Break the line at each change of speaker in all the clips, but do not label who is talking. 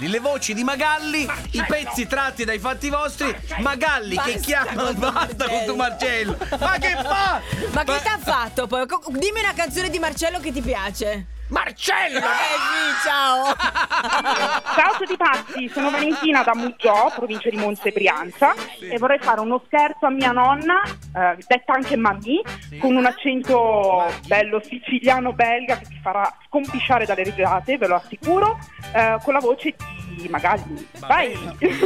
Le voci di Magalli, i pezzi tratti dai fatti vostri, Magalli che
Basta
chiama
con tu,
basta con tu Marcello. Ma che fa?
Ma che ti ha fatto poi? Co- Dimmi una canzone di Marcello che ti piace.
Marcello!
Eh sì, ciao.
Ciao tutti pazzi, sono Valentina da Muggio, provincia di Monte Brianza e vorrei fare uno scherzo a mia nonna, eh, detta anche mammì, con un accento bello siciliano belga che ti farà scompisciare dalle risate, ve lo assicuro, eh, con la voce di Magalli. Vai!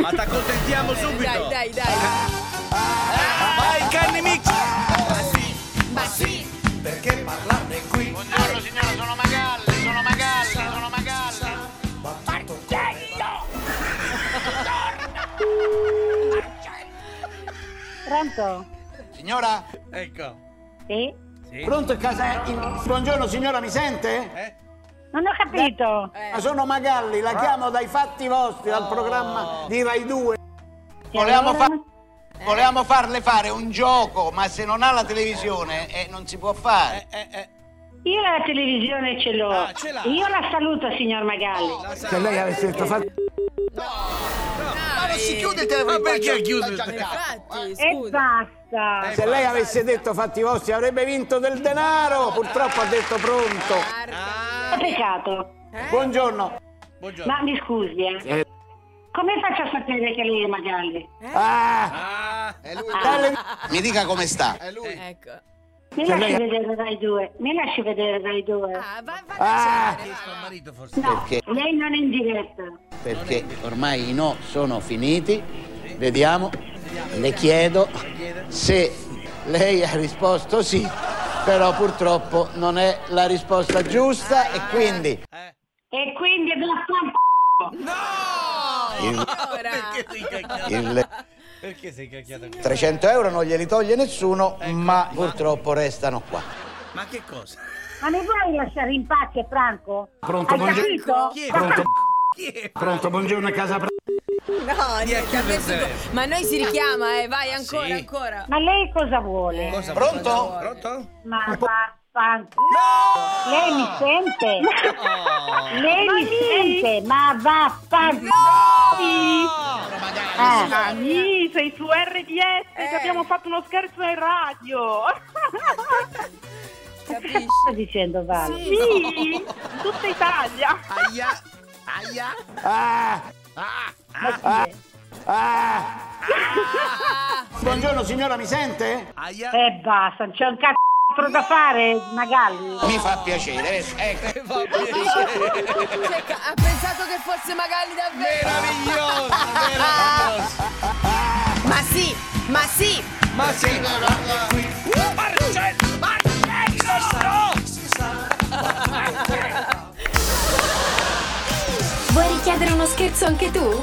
Ma t'accontentiamo subito.
Dai, dai, dai.
Vai Canni Mix.
Ma sì.
Buongiorno signora, sono Magalli, sono Magalli, sono Magalli.
Pronto?
Signora?
Ecco.
Sì?
Sì.
Pronto il casa? il- Buongiorno signora, mi sente?
Eh?
Non ho capito.
Ma
Eh,
sono Magalli, la chiamo dai fatti vostri, dal programma di Rai 2.
Sì,
Volevamo,
allora-
fa- volevamo farle fare un gioco, ma se non ha la televisione eh, non si può fare.
Eh, eh, eh.
Io la televisione ce l'ho.
Ah, ce l'ha.
Io la saluto, signor Magalli.
La sa-
Se lei avesse fatto... Ma non si chiude il telefono.
Ma perché ha chiuso il
Infatti,
E
scusa.
basta.
Eh,
Se lei avesse detto fatti vostri avrebbe vinto del denaro, purtroppo ha detto pronto.
Marca.
È Peccato.
Buongiorno.
Buongiorno.
Ma mi scusi, eh.
Eh.
Come faccio a sapere che lei è Magalli?
Ah,
Ah,
dalle- Mi dica come sta.
Ecco.
Mi
Se
lasci
lei-
vedere dai due. Mi lasci vedere dai due.
Ah, va, va
Ah.
lasciare,
il
va.
marito forse.
No,
Perché?
lei non è in diretta.
perché ormai i no sono finiti. Vediamo, le chiedo se lei ha risposto sì, però purtroppo non è la risposta giusta e quindi
Eh.
E quindi vaffanculo.
il,
Allora.
Perché sei cacchiato?
il
Perché sei cacchiato?
300 euro non glieli toglie nessuno, ma purtroppo restano qua.
Ma che cosa?
Ma mi vuoi lasciare in pace, Franco?
Pronto,
Hai
buongiorno.
capito?
Chi è?
Pronto,
Chi è?
pronto, buongiorno a casa. Pra-
No, niente,
chiuso
ha perso
il
co-
telefono.
Ma noi si richiama, eh. Vai ancora,
sì.
ancora.
Ma lei cosa vuole?
Cosa
Pronto?
vuoi? Pronto?
Ma vaffanculo. Lei mi sente? Lei mi sente? Ma vaffanculo. Ah.
Mami, sei su RDS
Eh.
che abbiamo fatto uno scherzo in radio!
Capisci?
Sto dicendo Vale.
Sì.
sì, in tutta Italia!
Aia! Aia!
Buongiorno signora, mi sente?
Aia!
E basta, non c'è un cazzo da fare, Magalli.
Mi fa piacere, ecco.
Eh, va bene.
Cioè, ca- ha pensato che fosse Magalli davvero.
Meraviglioso, meraviglioso.
Ma sì, ma sì.
Ma sì! Marcello! Marcello!
Vuoi richiedere uno scherzo anche tu?